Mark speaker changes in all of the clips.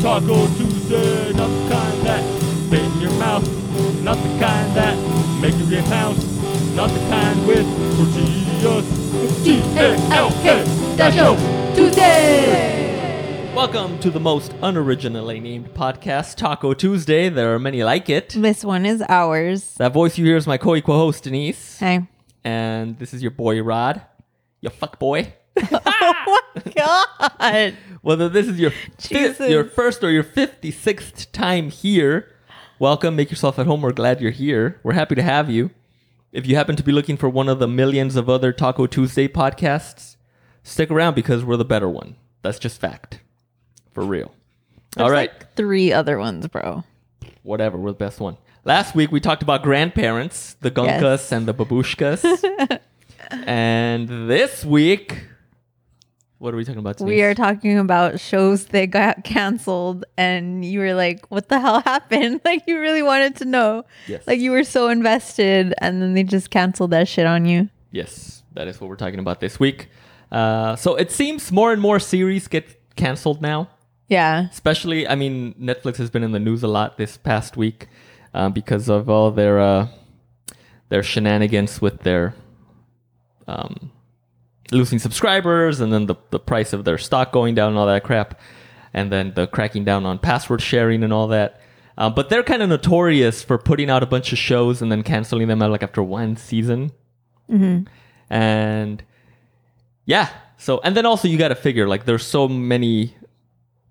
Speaker 1: Taco Tuesday, not the kind that spit in your mouth, not the kind that make you get pounced, not the kind with tortillas. T A L K Taco.
Speaker 2: Welcome to the most unoriginally named podcast, Taco Tuesday. There are many like it.
Speaker 3: This one is ours.
Speaker 2: That voice you hear is my co equal host, Denise.
Speaker 3: Hey.
Speaker 2: And this is your boy, Rod. Your fuck boy.
Speaker 3: God.
Speaker 2: Whether this is your, fifth,
Speaker 3: Jesus.
Speaker 2: your first or your 56th time here, welcome. Make yourself at home. We're glad you're here. We're happy to have you. If you happen to be looking for one of the millions of other Taco Tuesday podcasts, stick around because we're the better one. That's just fact. For real. All right.
Speaker 3: Three other ones, bro.
Speaker 2: whatever. We're the best one. Last week we talked about grandparents, the gunkas
Speaker 3: Yes.
Speaker 2: and the babushkas. and this week, what are we talking about? Today?
Speaker 3: We are talking about shows that got canceled, and you were like, what the hell happened? Like, you really wanted to know.
Speaker 2: Yes.
Speaker 3: Like, you were so invested, and then they just canceled that shit on you.
Speaker 2: yes, that is what we're talking about this week. Uh, so it seems more and more series get canceled now.
Speaker 3: Yeah.
Speaker 2: Especially, I mean, Netflix has been in the news a lot this past week uh, because of all their uh, their shenanigans with their um, losing subscribers and then the, the price of their stock going down and all that crap and then the cracking down on password sharing and all that um, but they're kind of notorious for putting out a bunch of shows and then canceling them out like after one season and yeah so and then also you got to figure like there's so many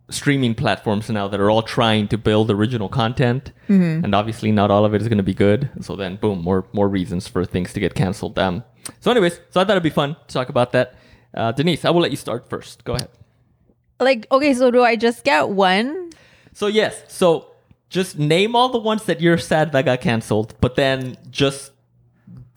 Speaker 2: streaming platforms now that are all trying to build original content
Speaker 3: Mm-hmm.
Speaker 2: and obviously not all of it is going to be good so then boom more more reasons for things to get canceled um so anyways so i thought it'd be fun to talk about that uh, denise i will let you start first go ahead
Speaker 3: Like, okay, so do I just get one?
Speaker 2: so yes so just name all the ones that you're sad that got canceled but then just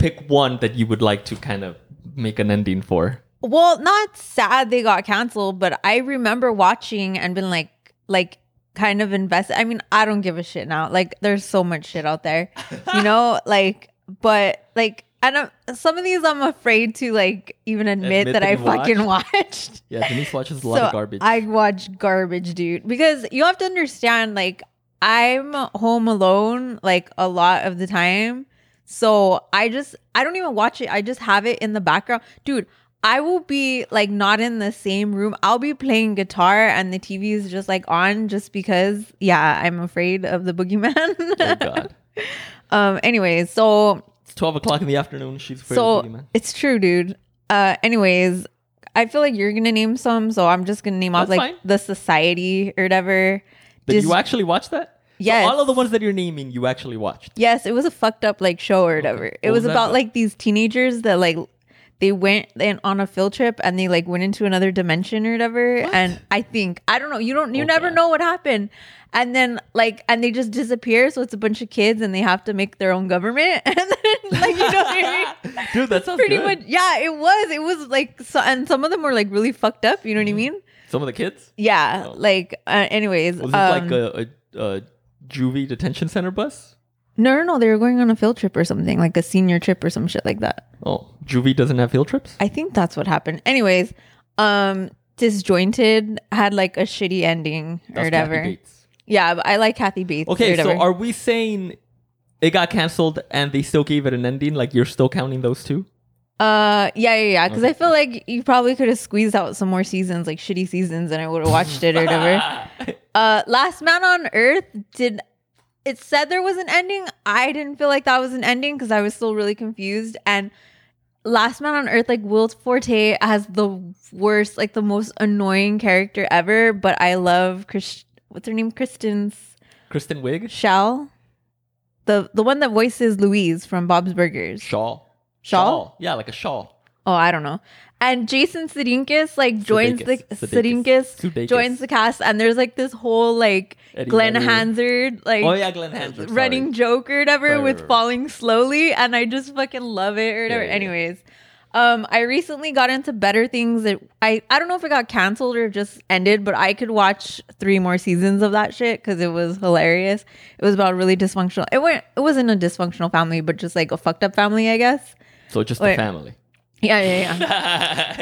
Speaker 2: pick one that you would like to kind of make an ending for
Speaker 3: Well, not sad they got canceled, but I remember watching and been like, like kind of invested. I mean, I don't give a shit now. Like, there's so much shit out there, you know. Like, but like, I don't. Some of these I'm afraid to like even admit,
Speaker 2: Admit
Speaker 3: that,
Speaker 2: that
Speaker 3: I
Speaker 2: you
Speaker 3: fucking watched.
Speaker 2: yeah denise watches a lot of garbage
Speaker 3: I watch garbage, dude. Because you have to understand, like, I'm home alone, like, a lot of the time. So I just, I don't even watch it. I just have it in the background. Dude, I will be, like, not in the same room. I'll be playing guitar and the TV is just, like, on just because, yeah, I'm afraid of the
Speaker 2: oh
Speaker 3: boogeyman.
Speaker 2: god
Speaker 3: um, anyway, so
Speaker 2: it's 12 o'clock in the afternoon she's afraid
Speaker 3: so
Speaker 2: of boogeyman.
Speaker 3: it's true, dude. Uh, anyways, I feel like you're gonna name some, so I'm just gonna name off
Speaker 2: That's
Speaker 3: like
Speaker 2: fine.
Speaker 3: the society or whatever.
Speaker 2: Did
Speaker 3: Dis-
Speaker 2: you actually watch that?
Speaker 3: Yes.
Speaker 2: So all of the ones that you're naming, you actually watched.
Speaker 3: yes, it was a fucked up like show or whatever. It
Speaker 2: What
Speaker 3: was,
Speaker 2: was that
Speaker 3: about
Speaker 2: about?
Speaker 3: like these teenagers that like they went in, on a field trip and they like went into another dimension or whatever. And I think I don't know. You don't. You
Speaker 2: Oh,
Speaker 3: never
Speaker 2: God.
Speaker 3: know what happened. And then like and they just disappear. So it's a bunch of kids and they have to make their own government. And then like you know what I mean.
Speaker 2: Dude, that sounds
Speaker 3: pretty
Speaker 2: good.
Speaker 3: much yeah it was it was like so and some of them were like really fucked up you know
Speaker 2: Mm-hmm.
Speaker 3: what i mean
Speaker 2: Some of the kids?
Speaker 3: yeah
Speaker 2: Oh.
Speaker 3: like uh, anyways
Speaker 2: Was it
Speaker 3: um,
Speaker 2: like a, a, a juvie detention center bus?
Speaker 3: no no no they were going on a field trip or something like a senior trip or some shit like that
Speaker 2: Oh, juvie doesn't have field trips?
Speaker 3: i think that's what happened anyways um disjointed had like a shitty ending or
Speaker 2: That's Kathy
Speaker 3: whatever
Speaker 2: Bates.
Speaker 3: yeah but i like kathy bates or
Speaker 2: Okay, so
Speaker 3: whatever.
Speaker 2: are we saying it got canceled and they still gave it an ending? Like you're still counting those two?
Speaker 3: uh yeah yeah yeah because i
Speaker 2: Okay.
Speaker 3: feel like you probably could have squeezed out some more seasons like shitty seasons and i would have watched it or whatever Uh, Last Man on Earth did. It said there was an ending. I didn't feel like that was an ending because I was still really confused. And Last Man on Earth, like Will Forte, has the worst, like the most annoying character ever. But I love Chris. What's her name? Kristen
Speaker 2: Kristen Wiig?
Speaker 3: Shell, the the one that voices Louise from Bob's Burgers.
Speaker 2: Shaw.
Speaker 3: Shaw?
Speaker 2: Yeah, like a shawl.
Speaker 3: Oh, I don't know. And Jason Sudeikis like joins the
Speaker 2: Sudeikis.
Speaker 3: Sudeikis,
Speaker 2: Sudeikis.
Speaker 3: joins the cast, and there's like this whole like
Speaker 2: Eddie
Speaker 3: Glenn
Speaker 2: Redmayne.
Speaker 3: Hansard like
Speaker 2: Oh, yeah, Glenn Hansard, sorry.
Speaker 3: running joke or whatever
Speaker 2: Right,
Speaker 3: with
Speaker 2: right, right.
Speaker 3: falling slowly, and I just fucking love it or whatever.
Speaker 2: yeah, yeah.
Speaker 3: Anyways, um, I recently got into better things that I I don't know if it got canceled or just ended, but I could watch three more seasons of that shit because it was hilarious. It was about a really dysfunctional. It went it wasn't a dysfunctional family, but just like a fucked up family, I guess.
Speaker 2: So just
Speaker 3: Wait.
Speaker 2: the family.
Speaker 3: Yeah, yeah,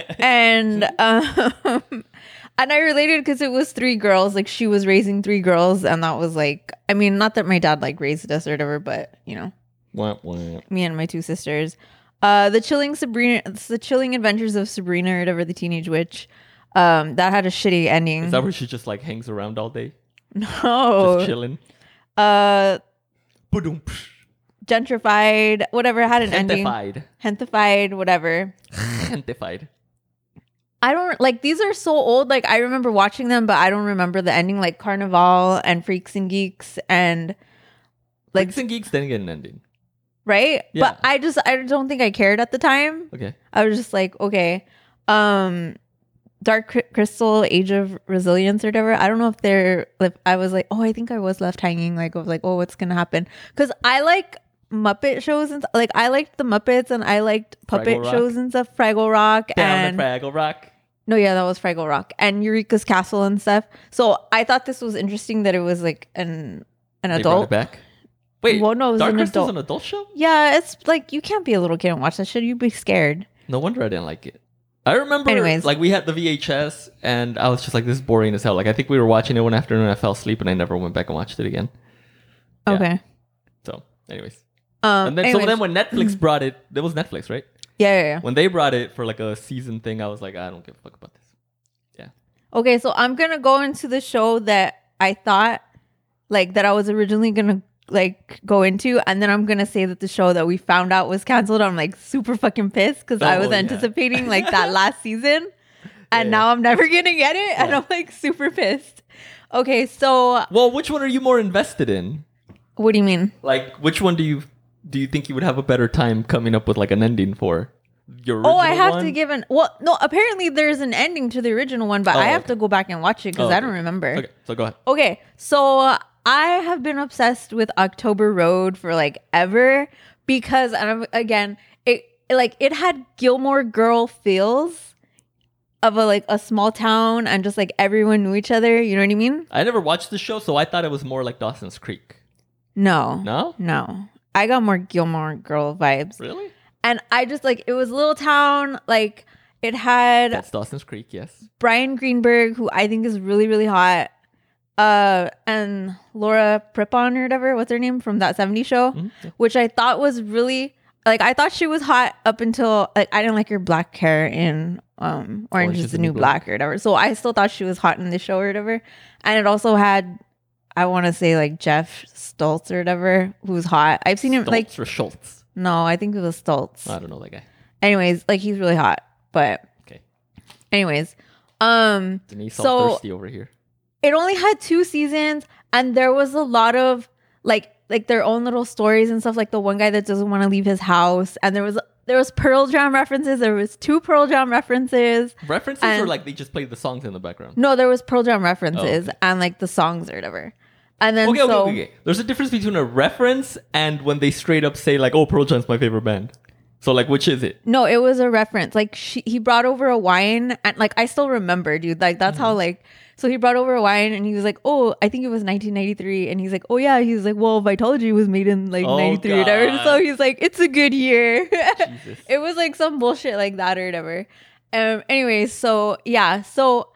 Speaker 3: yeah. and um, and I related because it was three girls. Like she was raising three girls, and that was like, I mean, not that my dad like raised us or whatever, but you know,
Speaker 2: Wah, wah.
Speaker 3: me and my two sisters. Uh, the chilling Sabrina, it's the chilling adventures of Sabrina or whatever the teenage witch. Um, that had a shitty ending.
Speaker 2: Is that where she just like hangs around all day, just
Speaker 3: no,
Speaker 2: chilling?
Speaker 3: uh,
Speaker 2: Boom.
Speaker 3: gentrified, whatever had an ending.
Speaker 2: Gentified.
Speaker 3: Hentified, whatever.
Speaker 2: Gentified.
Speaker 3: I don't like these are so old. Like I remember watching them, but I don't remember the ending. Like Carnival and Freaks and Geeks and
Speaker 2: Like
Speaker 3: Like-
Speaker 2: Freaks and geeks didn't get an ending.
Speaker 3: right.
Speaker 2: Yeah.
Speaker 3: But I just I don't think I cared at the time.
Speaker 2: Okay.
Speaker 3: I was just like, okay, um, Dark Cry- Crystal, Age of Resilience or whatever. I don't know if they're. If I was like, oh, I think I was left hanging. Like I was like, oh, what's gonna happen? Because I like Muppet shows and like I liked the Muppets and I liked puppet
Speaker 2: Rock.
Speaker 3: shows and stuff. Fraggle Rock
Speaker 2: Down
Speaker 3: and
Speaker 2: the Fraggle Rock.
Speaker 3: No, yeah, that was Fraggle Rock and Eureka's Castle and stuff. So I thought this was interesting that it was like an an
Speaker 2: They brought it
Speaker 3: adult.
Speaker 2: back. Wait,
Speaker 3: Well, no, it was
Speaker 2: Dark
Speaker 3: an
Speaker 2: Crystal's
Speaker 3: adult.
Speaker 2: an adult show?
Speaker 3: Yeah, it's like you can't be a little kid and watch that shit. You'd be scared.
Speaker 2: No wonder I didn't like it. I remember,
Speaker 3: Anyways.
Speaker 2: like we had the VHS, and I was just like, "This is boring as hell." Like I think we were watching it one afternoon, I fell asleep, and I never went back and watched it again. Yeah.
Speaker 3: Okay.
Speaker 2: So, anyways,
Speaker 3: Um.
Speaker 2: and then so
Speaker 3: anyways. Mm-hmm.
Speaker 2: then when Netflix brought it, it was Netflix, right?
Speaker 3: yeah, yeah, yeah.
Speaker 2: When they brought it for like a season thing, I was like, "I don't give a fuck about this."
Speaker 3: Okay, so I'm gonna go into the show that I thought, like, that I was originally gonna like go into, and then I'm gonna say that the show that we found out was canceled. I'm like super fucking pissed because I
Speaker 2: Oh,
Speaker 3: was
Speaker 2: yeah.
Speaker 3: anticipating like that last season, and
Speaker 2: Yeah.
Speaker 3: now I'm never gonna get it, and
Speaker 2: Yeah.
Speaker 3: I'm like super pissed. Okay, so
Speaker 2: Well, which one are you more invested in?
Speaker 3: What do you mean?
Speaker 2: Like, which one do you do you think you would have a better time coming up with like an ending for? Your
Speaker 3: Oh, I
Speaker 2: original
Speaker 3: have to
Speaker 2: one?
Speaker 3: give an well. No, apparently there's an ending to the original one, but
Speaker 2: Oh,
Speaker 3: I have
Speaker 2: okay.
Speaker 3: to go back and watch it because
Speaker 2: Oh,
Speaker 3: I don't
Speaker 2: okay.
Speaker 3: remember.
Speaker 2: Okay,
Speaker 3: Okay,
Speaker 2: so go ahead.
Speaker 3: so uh, I have been obsessed with October Road for like ever because, and I'm, again, it like it had Gilmore Girl feels of a like a small town and just like everyone knew each other. You know what I mean?
Speaker 2: I never watched the show, so I thought it was more like Dawson's Creek.
Speaker 3: No,
Speaker 2: No,
Speaker 3: no. I got more Gilmore Girl vibes,
Speaker 2: really?
Speaker 3: and I just like it was little town like. It had
Speaker 2: That's Dawson's Creek. Yes.
Speaker 3: Brian Greenberg, who I think is really, really hot, uh, and Laura Prepon or whatever, what's her name from that 70s show,
Speaker 2: Mhm, yeah.
Speaker 3: which I thought was really like I thought she was hot up until like I didn't like her black hair in um
Speaker 2: Oh,
Speaker 3: Orange, is the New Black. or whatever. So I still thought she was hot in the show or whatever. And it also had I want to say like Jeff Stoltz or whatever, who's hot. I've seen him like
Speaker 2: Stoltz or Schultz.
Speaker 3: no, I think it was Stoltz.
Speaker 2: I don't know that guy.
Speaker 3: Anyways, like he's really hot, but
Speaker 2: Okay.
Speaker 3: anyways, um
Speaker 2: Denise
Speaker 3: So-
Speaker 2: all thirsty over here.
Speaker 3: it only had two seasons and there was a lot of like like their own little stories and stuff like the one guy that doesn't want to leave his house and there was there was pearl jam references there was two pearl jam references
Speaker 2: References or
Speaker 3: And-
Speaker 2: like they just play the songs in the background.
Speaker 3: no there was pearl jam references
Speaker 2: Oh, okay.
Speaker 3: and like the songs or whatever and then
Speaker 2: okay,
Speaker 3: so
Speaker 2: okay, okay, okay. There's a difference between a reference and when they straight up say like, "Oh, Pearl Jam's my favorite band." So like, which is it?
Speaker 3: no it was a reference like she, he brought over a wine and like i still remember dude like that's
Speaker 2: Mm-hmm.
Speaker 3: how like so he brought over a wine and he was like oh i think it was 1993 and he's like oh yeah he's like well vitology was made in like
Speaker 2: Oh,
Speaker 3: 93 or whatever
Speaker 2: God.
Speaker 3: so he's like it's a good year
Speaker 2: Jesus.
Speaker 3: it was like some bullshit like that or whatever. Um. Anyways, so yeah, so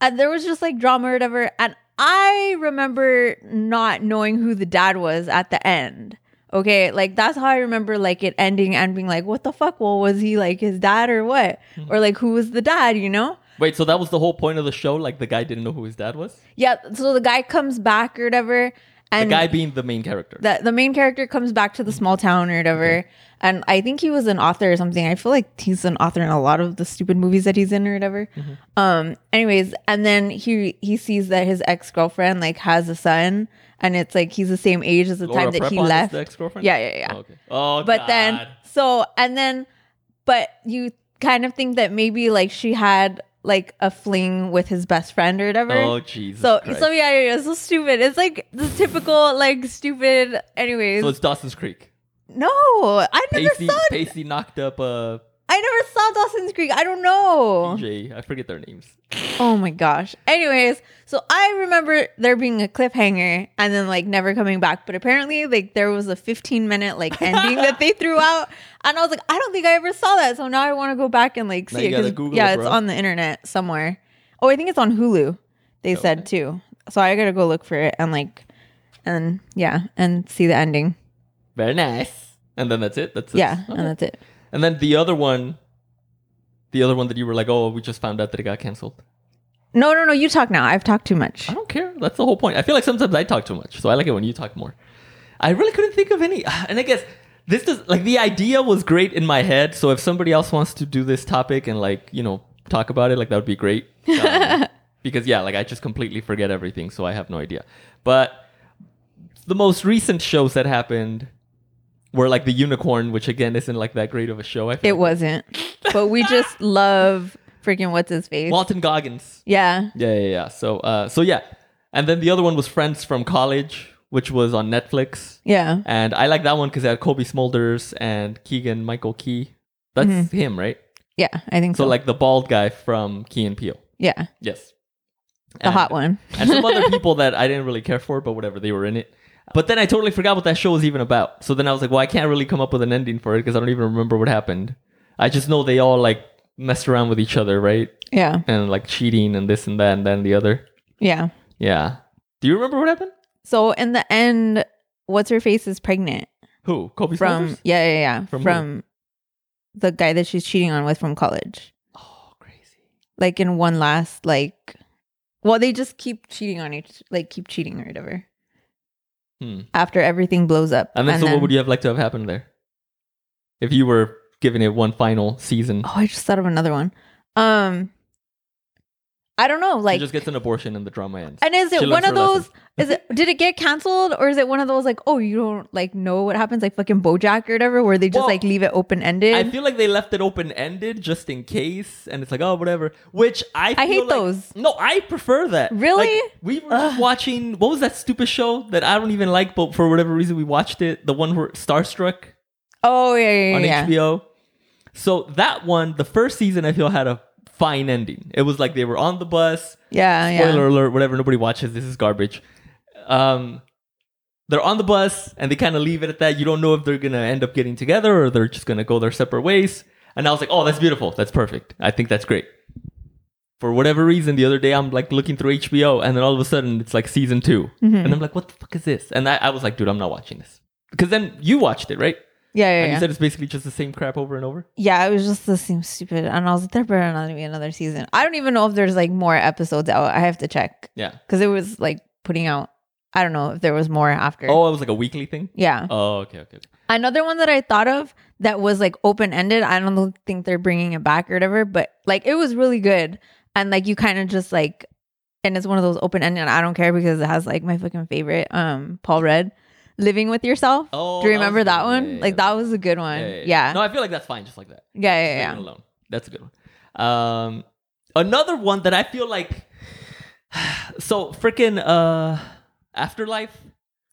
Speaker 3: and there was just like drama or whatever, and I remember not knowing who the dad was at the end. Okay, like that's how I remember like it ending and being like, what the fuck? Well, was he like his dad or what?
Speaker 2: Hmm.
Speaker 3: Or like who was the dad? You know?
Speaker 2: Wait, so that was the whole point of the show? Like the guy didn't know who his dad was.
Speaker 3: Yeah. So the guy comes back or whatever,
Speaker 2: The
Speaker 3: and
Speaker 2: guy being the main character.
Speaker 3: the, the main character comes back to the small town or whatever and i think he was an author or something i feel like he's an author in a lot of the stupid movies that he's in or whatever
Speaker 2: Mm-hmm.
Speaker 3: um anyways and then he he sees that his ex-girlfriend like has a son and it's like he's the same age as the time that he
Speaker 2: Prepon is
Speaker 3: left
Speaker 2: the ex-girlfriend.
Speaker 3: yeah yeah yeah
Speaker 2: Oh, okay. Oh,
Speaker 3: but
Speaker 2: God.
Speaker 3: then so and then but you kind of think that maybe like she had like a fling with his best friend or whatever
Speaker 2: Oh Jesus.
Speaker 3: so,
Speaker 2: Christ.
Speaker 3: so yeah, yeah, yeah, so stupid. It's like the typical, like stupid. Anyways,
Speaker 2: So it's Dawson's Creek.
Speaker 3: no, I never
Speaker 2: Pacey,
Speaker 3: saw.
Speaker 2: Pacey knocked up uh, a
Speaker 3: I never saw Dawson's Creek. I don't know.
Speaker 2: Jay, I forget their names.
Speaker 3: Oh my gosh. Anyways, so I remember there being a cliffhanger and then like never coming back. But apparently, like there was a 15 minute like ending that they threw out, and I was like, I don't think I ever saw that. So now I want to go back and like
Speaker 2: Now
Speaker 3: see
Speaker 2: you
Speaker 3: it
Speaker 2: gotta Google
Speaker 3: yeah,
Speaker 2: it,
Speaker 3: it's
Speaker 2: bro.
Speaker 3: on the internet somewhere. Oh, I think it's on Hulu. They said too. So I gotta go look for it and like, and yeah, and see the ending.
Speaker 2: Very nice. And then that's it. That's it.
Speaker 3: Yeah,
Speaker 2: Okay.
Speaker 3: and that's it.
Speaker 2: And then the other one, the other one that you were like, oh, we just found out that it got canceled.
Speaker 3: No, no, no. You talk now. I've talked too much.
Speaker 2: I don't care. That's the whole point. I feel like sometimes I talk too much, so I like it when you talk more. I really couldn't think of any, and I guess this does like the idea was great in my head. So if somebody else wants to do this topic and like you know talk about it, like that would be great. Um, because yeah, like I just completely forget everything, so I have no idea. But the most recent shows that happened were like the unicorn, which again isn't like that great of a show. I feel
Speaker 3: It
Speaker 2: like.
Speaker 3: wasn't. But we just love freaking what's his face.
Speaker 2: Walton Goggins.
Speaker 3: yeah.
Speaker 2: Yeah, yeah, yeah. So, uh, so yeah, and then the other one was Friends from College, which was on Netflix,
Speaker 3: Yeah.
Speaker 2: and I like that one because it had Kobe Smulders and Keegan Michael Key. That's him, right?
Speaker 3: Mm-hmm. Yeah, I think so.
Speaker 2: So like the bald guy from Key and Peele.
Speaker 3: yeah,
Speaker 2: Yes,
Speaker 3: the hot one.
Speaker 2: and some other people that I didn't really care for, but whatever, they were in it. But then I totally forgot what that show was even about. So then I was like, well, I can't really come up with an ending for it because I don't even remember what happened. I just know they all like messed around with each other, right?
Speaker 3: Yeah.
Speaker 2: And like cheating and this and that and then the other.
Speaker 3: Yeah.
Speaker 2: Yeah. Do you remember what happened?
Speaker 3: So in the end, what's her face is pregnant
Speaker 2: Who? Kobe
Speaker 3: from
Speaker 2: Smulders?
Speaker 3: yeah, yeah, yeah.
Speaker 2: From
Speaker 3: From,
Speaker 2: who?
Speaker 3: the guy that she's cheating on with from college.
Speaker 2: Oh, crazy.
Speaker 3: Like in one last like well, they just keep cheating on each like keep cheating or whatever.
Speaker 2: Hmm.
Speaker 3: After everything blows up.
Speaker 2: And then, so what would you have liked to have happened there? If you were giving it one final season,
Speaker 3: Oh, I just thought of another one. Um I don't know,
Speaker 2: like,
Speaker 3: like
Speaker 2: she just gets an abortion and the drama ends.
Speaker 3: And is
Speaker 2: She
Speaker 3: it
Speaker 2: learns
Speaker 3: one of
Speaker 2: her lesson.
Speaker 3: those? Is it did it get canceled or is it one of those like oh you don't like know what happens like fucking BoJack or whatever where they just
Speaker 2: Well,
Speaker 3: like leave it open
Speaker 2: I
Speaker 3: ended?
Speaker 2: feel like they left it open ended just in case, and it's like, oh, whatever. Which I
Speaker 3: I
Speaker 2: feel
Speaker 3: hate
Speaker 2: like-
Speaker 3: those.
Speaker 2: No, I prefer that.
Speaker 3: Really?
Speaker 2: Like, we were just watching what was that stupid show that I don't even like, but for whatever reason we watched it. The one where Starstruck.
Speaker 3: Oh yeah yeah
Speaker 2: on
Speaker 3: yeah. yeah.
Speaker 2: HBO. So that one, the first season, I feel had a fine ending. It was like they were on the bus.
Speaker 3: Yeah, yeah.
Speaker 2: Spoiler alert! Whatever, nobody watches. This is garbage. Um, they're on the bus and they kind of leave it at that. You don't know if they're gonna end up getting together or they're just gonna go their separate ways. And I was like, oh, that's beautiful. That's perfect. I think that's great. For whatever reason, the other day I'm like looking through HBO and then all of a sudden it's like season 2
Speaker 3: Mm-hmm.
Speaker 2: and I'm like, what the fuck is this? And I, I was like, dude, I'm not watching this because then you watched it, right?
Speaker 3: Yeah,
Speaker 2: And
Speaker 3: yeah,
Speaker 2: you
Speaker 3: yeah.
Speaker 2: said it's basically just the same crap over and over.
Speaker 3: Yeah, it was just the same stupid. And I was like, there better not be another season. I don't even know if there's like more episodes out. I have to check
Speaker 2: Yeah.
Speaker 3: because it was like putting out. I don't know if there was more after.
Speaker 2: Oh, it was like a weekly thing.
Speaker 3: Yeah.
Speaker 2: Oh, okay, okay. okay.
Speaker 3: Another one that I thought of that was like open ended. I don't think they're bringing it back or whatever, but like it was really good. And like you kind of just like, and it's one of those open ended. I don't care because it has like my fucking favorite, um, Paul Rudd, living with yourself.
Speaker 2: Oh,
Speaker 3: Do you
Speaker 2: that was
Speaker 3: remember
Speaker 2: good.
Speaker 3: that
Speaker 2: Yeah,
Speaker 3: one?
Speaker 2: yeah,
Speaker 3: like
Speaker 2: yeah.
Speaker 3: that was a good one. Yeah,
Speaker 2: No, I feel like that's fine, just like that.
Speaker 3: Yeah, yeah,
Speaker 2: Just leave
Speaker 3: yeah.
Speaker 2: it Alone. That's a good one. Um, another one that I feel like. So freaking uh, afterlife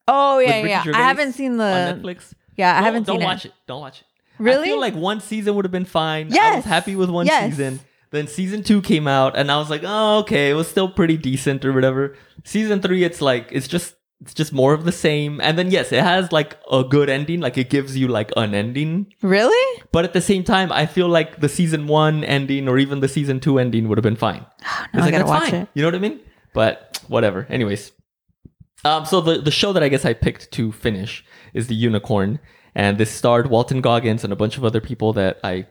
Speaker 3: Oh yeah,
Speaker 2: With
Speaker 3: yeah.
Speaker 2: Ricky
Speaker 3: yeah. I haven't
Speaker 2: Gervais
Speaker 3: seen
Speaker 2: on
Speaker 3: the.
Speaker 2: Netflix.
Speaker 3: Yeah, Uh, I
Speaker 2: No,
Speaker 3: haven't
Speaker 2: don't
Speaker 3: seen
Speaker 2: watch
Speaker 3: it.
Speaker 2: it. Don't watch it. I
Speaker 3: Really?
Speaker 2: feel like one season would have been fine. I was
Speaker 3: Yes.
Speaker 2: happy with one
Speaker 3: Yes.
Speaker 2: season. Then season two came out, and I was like, "Oh, okay, it was still pretty decent or whatever." Season three, it's like it's just it's just more of the same. And then yes, it has like a good ending, like it gives you like an ending.
Speaker 3: really?
Speaker 2: But at the same time, I feel like the season one ending or even the season two ending would have been fine.
Speaker 3: Now I gotta watch it.
Speaker 2: You know what I mean? But whatever. Anyways. Um, so the, the show that I guess I picked to finish is The Unicorn. And this starred Walton Goggins and a bunch of other people that I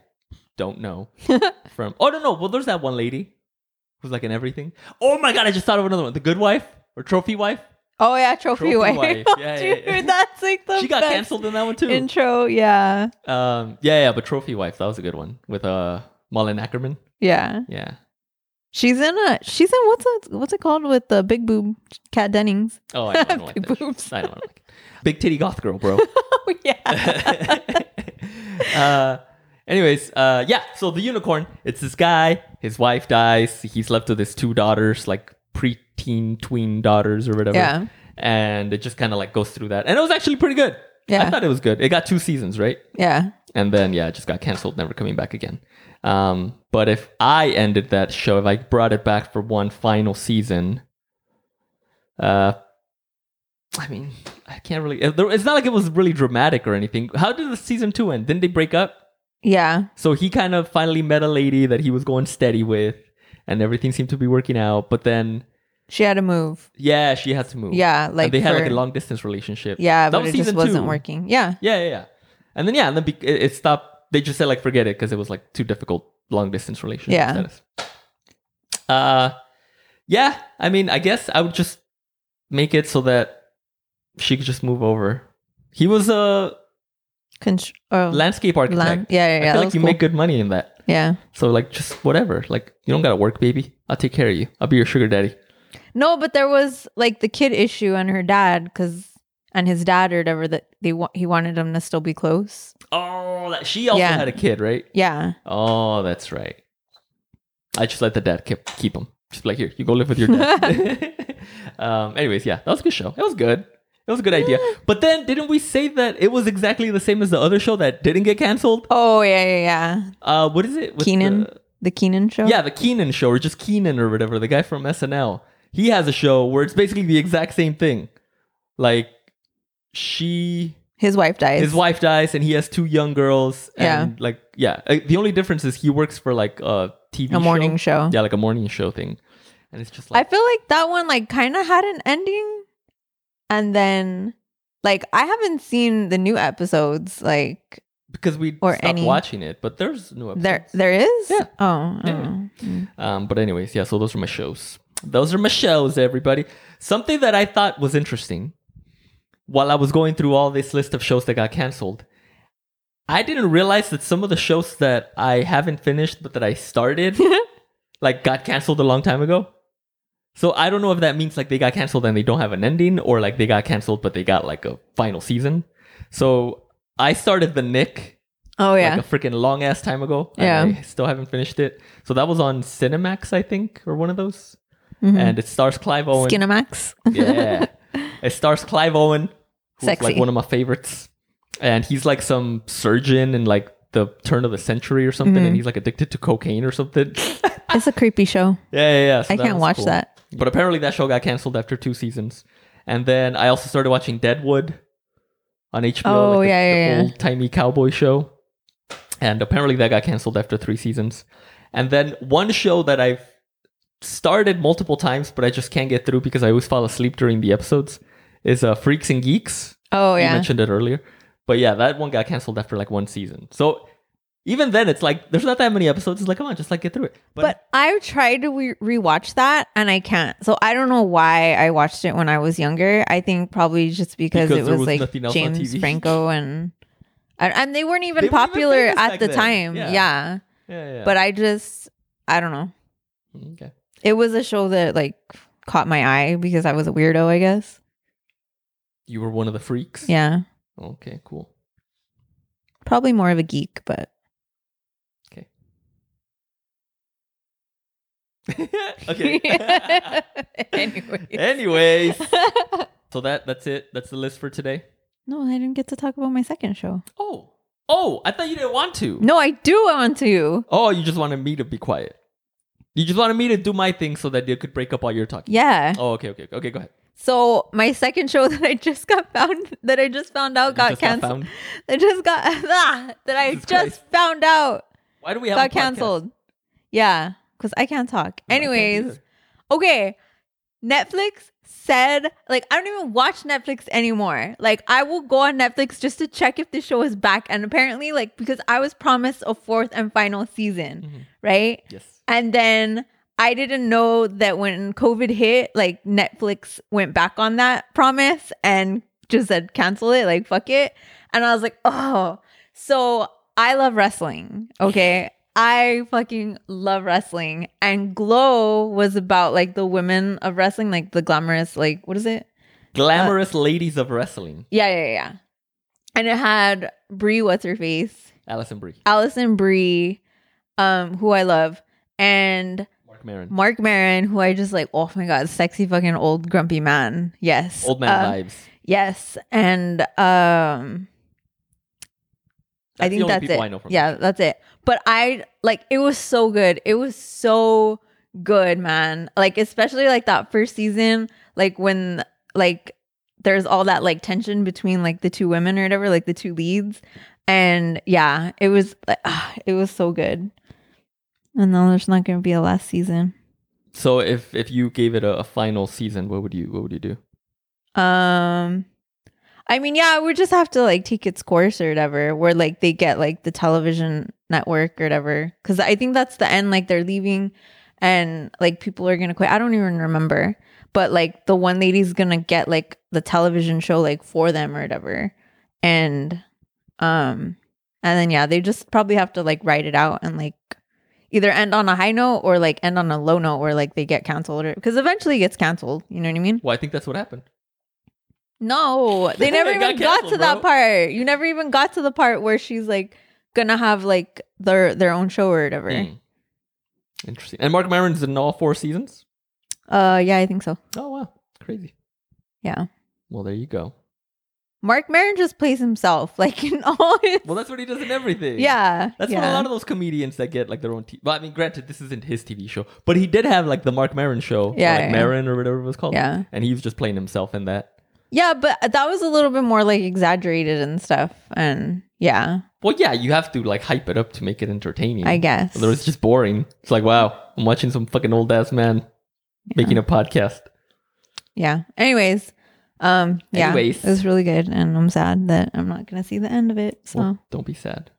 Speaker 2: don't know from. Oh, no, no. Well, there's that one lady who's like in everything. Oh my God, I just thought of another one. The Good Wife or Trophy Wife.
Speaker 3: Oh yeah, trophy,
Speaker 2: Trophy
Speaker 3: wife.
Speaker 2: Wife. Yeah, yeah,
Speaker 3: Dude,
Speaker 2: yeah.
Speaker 3: that's like the
Speaker 2: She got
Speaker 3: best
Speaker 2: canceled in that one too.
Speaker 3: intro. Yeah,
Speaker 2: um, yeah, yeah, but Trophy Wife, that was a good one with uh, Mullen Ackerman.
Speaker 3: yeah.
Speaker 2: Yeah.
Speaker 3: She's in a she's in what's it what's it called with the big boob Cat Dennings.
Speaker 2: Oh, I don't like
Speaker 3: Big
Speaker 2: that.
Speaker 3: boobs.
Speaker 2: I don't like it. Big titty goth girl, bro.
Speaker 3: Oh yeah.
Speaker 2: uh, anyways, uh, yeah. So the unicorn, it's this guy. His wife dies. He's left with his two daughters, like preteen tween daughters or whatever.
Speaker 3: Yeah.
Speaker 2: And it just kind of like goes through that, and it was actually pretty good.
Speaker 3: Yeah.
Speaker 2: I thought it was good. It got two seasons, right?
Speaker 3: Yeah.
Speaker 2: and then yeah, it just got canceled, never coming back again. Um, but if I ended that show, if I brought it back for one final season, uh, I mean, I can't really. it- there- It's not like it was really dramatic or anything. How did the season two end? Didn't they break up?
Speaker 3: Yeah.
Speaker 2: So he kind of finally met a lady that he was going steady with, and everything seemed to be working out. But then,
Speaker 3: She had to move.
Speaker 2: yeah, she had to move.
Speaker 3: Yeah. Like
Speaker 2: and they had like
Speaker 3: for-
Speaker 2: a long distance relationship.
Speaker 3: Yeah,
Speaker 2: that
Speaker 3: but
Speaker 2: was
Speaker 3: it just
Speaker 2: season
Speaker 3: wasn't
Speaker 2: two.
Speaker 3: working. Yeah.
Speaker 2: Yeah, yeah, yeah. And then yeah, and then be- it, it stopped. They just said like forget it because it was like too difficult long distance relationship.
Speaker 3: Yeah.
Speaker 2: status. Uh, yeah. I mean, I guess I would just make it so that she could just move over. He was a
Speaker 3: Constr- oh,
Speaker 2: landscape architect.
Speaker 3: land- Yeah, yeah, yeah.
Speaker 2: I
Speaker 3: that
Speaker 2: feel
Speaker 3: was
Speaker 2: like you
Speaker 3: cool.
Speaker 2: make good money in that.
Speaker 3: yeah.
Speaker 2: So like just whatever. Like you don't gotta work, baby. I'll take care of you. I'll be your sugar daddy.
Speaker 3: No, but there was like the kid issue and her dad because and his dad or whatever that they wa- he wanted them to still be close.
Speaker 2: Oh, that she also
Speaker 3: Yeah.
Speaker 2: had a kid, right?
Speaker 3: Yeah.
Speaker 2: Oh, that's right. I just let the dad keep keep him. Just be like here, you go live with your dad. um, anyways, yeah, that was a good show. It was good. It was a good idea. But then, didn't we say that it was exactly the same as the other show that didn't get canceled?
Speaker 3: Oh yeah, yeah, yeah.
Speaker 2: Uh, what is it? with
Speaker 3: Keenan,
Speaker 2: the-
Speaker 3: the, Keenan show.
Speaker 2: yeah, the Keenan show, or just Keenan or whatever. The guy from SNL. He has a show where it's basically the exact same thing. Like she
Speaker 3: his wife dies.
Speaker 2: his wife dies and he has two young girls and like yeah Uh, the only difference is he works for like a tv
Speaker 3: a morning show.
Speaker 2: yeah like a morning show thing and it's just
Speaker 3: I
Speaker 2: like
Speaker 3: feel like that one like kind of had an ending, and then like I haven't seen the new episodes. Like
Speaker 2: because we
Speaker 3: or
Speaker 2: stopped
Speaker 3: any-
Speaker 2: watching it but there's no episodes.
Speaker 3: there, there is.
Speaker 2: Yeah.
Speaker 3: Oh.
Speaker 2: Yeah.
Speaker 3: oh. Mm.
Speaker 2: um but anyways yeah so those are my shows those are my shows everybody something that i thought was interesting while i was going through all this list of shows that got canceled i didn't realize that some of the shows that i haven't finished but that i started like got canceled a long time ago. So I don't know if that means like they got canceled and they don't have an ending, or like they got canceled but they got like a final season. So I started the Nick
Speaker 3: Oh yeah.
Speaker 2: like a freaking long ass time ago. and
Speaker 3: Yeah.
Speaker 2: I still haven't finished it. So that was on Cinemax, I think, or one of those.
Speaker 3: Mhm.
Speaker 2: And it stars Clive Owen.
Speaker 3: Skinamax.
Speaker 2: yeah. It stars Clive Owen, who's
Speaker 3: Sexy.
Speaker 2: like one of my favorites. And he's like some surgeon in like the turn of the century or something,
Speaker 3: Mm-hmm.
Speaker 2: and he's like addicted to cocaine or something.
Speaker 3: it's a creepy show.
Speaker 2: Yeah, yeah, yeah. So
Speaker 3: I
Speaker 2: that
Speaker 3: can't
Speaker 2: was
Speaker 3: watch
Speaker 2: cool.
Speaker 3: that.
Speaker 2: But apparently that show got canceled after two seasons. And then I also started watching Deadwood on HBO.
Speaker 3: Oh,
Speaker 2: like the,
Speaker 3: yeah, yeah, yeah.
Speaker 2: Old timey cowboy show. And apparently that got canceled after three seasons. And then one show that I've started multiple times, but I just can't get through because I always fall asleep during the episodes is uh, Freaks and Geeks.
Speaker 3: Oh
Speaker 2: You
Speaker 3: yeah.
Speaker 2: mentioned it earlier. But yeah, that one got canceled after like one season. So even then, it's like there's not that many episodes. It's like, come on, just like get through it.
Speaker 3: But I tried to re- rewatch that and I can't. So I don't know why I watched it when I was younger. I think probably just because,
Speaker 2: Because
Speaker 3: it
Speaker 2: there
Speaker 3: was,
Speaker 2: was
Speaker 3: like
Speaker 2: nothing else on
Speaker 3: James
Speaker 2: TV.
Speaker 3: Franco and, and and they weren't even
Speaker 2: They weren't even
Speaker 3: popular
Speaker 2: famous
Speaker 3: at
Speaker 2: back
Speaker 3: the
Speaker 2: then.
Speaker 3: time.
Speaker 2: Yeah.
Speaker 3: Yeah.
Speaker 2: yeah, yeah. Mm,
Speaker 3: But I just I don't know.
Speaker 2: okay.
Speaker 3: It was a show that like caught my eye because I was a weirdo, I guess.
Speaker 2: You were one of the freaks?
Speaker 3: Yeah.
Speaker 2: Okay, cool.
Speaker 3: Probably more of a geek, but
Speaker 2: okay.
Speaker 3: anyway.
Speaker 2: Anyways. So that that's it. That's the list for today.
Speaker 3: No, I didn't get to talk about my second show.
Speaker 2: Oh. Oh, I thought you didn't want to.
Speaker 3: No, I do want to.
Speaker 2: Oh, you just wanted me to be quiet. You just wanted me to do my thing so that you could break up while you're talking.
Speaker 3: Yeah.
Speaker 2: Oh, okay, okay, okay. Go ahead.
Speaker 3: So my second show that I just got found that I just found out
Speaker 2: You
Speaker 3: got
Speaker 2: just
Speaker 3: canceled.
Speaker 2: found-
Speaker 3: That just got ah, that I
Speaker 2: Jesus
Speaker 3: just
Speaker 2: Christ.
Speaker 3: found out
Speaker 2: Why do we have
Speaker 3: got
Speaker 2: a podcast?
Speaker 3: canceled. Yeah, because I can't talk.
Speaker 2: No, I can't
Speaker 3: Anyways,
Speaker 2: either.
Speaker 3: okay. Netflix said like I don't even watch Netflix anymore. Like I will go on Netflix just to check if the show is back. And apparently, like because I was promised a fourth and final season,
Speaker 2: Mhm.
Speaker 3: right?
Speaker 2: Yes.
Speaker 3: And then I didn't know that when COVID hit, like Netflix went back on that promise and just said cancel it, like fuck it. And I was like, oh. So I love wrestling. Okay. I fucking love wrestling. And Glow was about like the women of wrestling, like the glamorous, like, what is it?
Speaker 2: Glamorous
Speaker 3: Uh,
Speaker 2: ladies of wrestling.
Speaker 3: Yeah, yeah, yeah. And it had Brie, what's her face?
Speaker 2: Allison Brie,
Speaker 3: Allison Brie, um, who I love. And
Speaker 2: Mark Maron.
Speaker 3: Mark Maron, who I just like, oh my god, sexy fucking old grumpy man. Yes.
Speaker 2: Old man
Speaker 3: Um,
Speaker 2: vibes.
Speaker 3: Yes, and um, I
Speaker 2: That's the
Speaker 3: think
Speaker 2: only
Speaker 3: that's
Speaker 2: people
Speaker 3: it.
Speaker 2: I know from
Speaker 3: yeah, that's it. But I like it was so good. It was so good, man. Like especially like that first season, like when like there's all that like tension between like the two women or whatever, like the two leads, and yeah, it was like ah, it was so good. And now there's not going to be a last season.
Speaker 2: So if if you gave it a, a final season, what would you what would you do?
Speaker 3: Um I mean, yeah, we just have to like take its course or whatever, where like they get like the television network or whatever. Cause I think that's the end, like they're leaving and like people are gonna quit. I don't even remember. But like the one lady's gonna get like the television show like for them or whatever. And um and then yeah, they just probably have to like write it out and like either end on a high note or like end on a low note where like they get canceled or because eventually it gets canceled. You know what I mean?
Speaker 2: Well, I think that's what happened.
Speaker 3: No, they never
Speaker 2: It got
Speaker 3: even got
Speaker 2: canceled,
Speaker 3: to that
Speaker 2: bro.
Speaker 3: part. You never even got to the part where she's like gonna have like their their own show or whatever.
Speaker 2: Hmm. Interesting. And Mark Maron's in all four seasons.
Speaker 3: Uh, yeah, I think so.
Speaker 2: Oh wow, crazy.
Speaker 3: Yeah,
Speaker 2: Well, there you go.
Speaker 3: Mark Maron just plays himself, like in all his.
Speaker 2: Well, that's what he does in everything.
Speaker 3: yeah,
Speaker 2: That's
Speaker 3: yeah.
Speaker 2: what a lot of those comedians that get like their own TV. Well, I mean, granted, this isn't his TV show, but he did have like the Mark Maron show,
Speaker 3: Yeah,
Speaker 2: yeah,
Speaker 3: yeah.
Speaker 2: like Maron or whatever it was called.
Speaker 3: Yeah.
Speaker 2: and he was just playing himself in that.
Speaker 3: yeah, but that was a little bit more like exaggerated and stuff, and yeah,
Speaker 2: Well, yeah, you have to like hype it up to make it entertaining.
Speaker 3: I guess.
Speaker 2: Otherwise, it's just boring. It's like, wow, I'm watching some fucking old ass man making a podcast.
Speaker 3: Yeah. Anyways, um, yeah,
Speaker 2: Anyways.
Speaker 3: it was really good, and I'm sad that I'm not gonna see the end of it. So
Speaker 2: Well, don't be sad.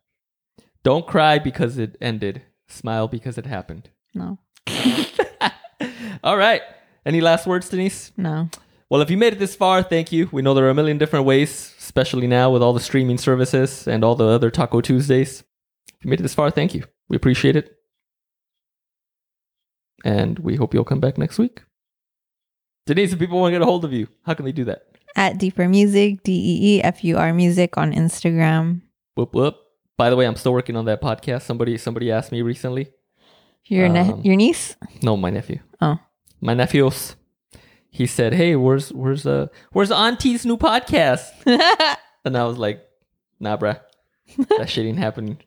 Speaker 2: Don't cry because it ended. Smile because it happened.
Speaker 3: no,
Speaker 2: All right. Any last words, Denise?
Speaker 3: no,
Speaker 2: Well, if you made it this far, thank you. We know there are a million different ways, especially now with all the streaming services and all the other Taco Tuesdays. If you made it this far, thank you. We appreciate it. And we hope you'll come back next week. Denise, if people want to get a hold of you, how can they do that?
Speaker 3: at deeper music, D E E F U R music on Instagram.
Speaker 2: Whoop whoop. By the way, I'm still working on that podcast. Somebody somebody asked me recently.
Speaker 3: Your ne-
Speaker 2: Um,
Speaker 3: your niece?
Speaker 2: No, my nephew.
Speaker 3: Oh.
Speaker 2: My nephews. He said, Hey, where's where's uh where's Auntie's new podcast? And I was like, nah, bruh. That shit ain't happening.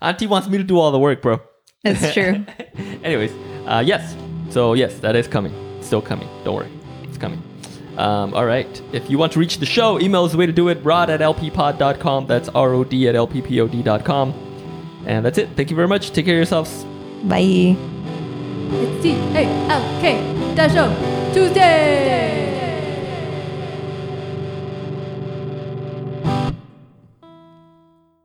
Speaker 2: Auntie wants me to do all the work, bro.
Speaker 3: it's true.
Speaker 2: Anyways, uh, yes. So, yes, that is coming. It's still coming. Don't worry. It's coming. Um, all right. If you want to reach the show, email is the way to do it. Rod at lppod.com. That's R O D at lppod.com. And that's it. Thank you very much. Take care of yourselves.
Speaker 3: Bye.
Speaker 4: It's T A L K Dash O Tuesday.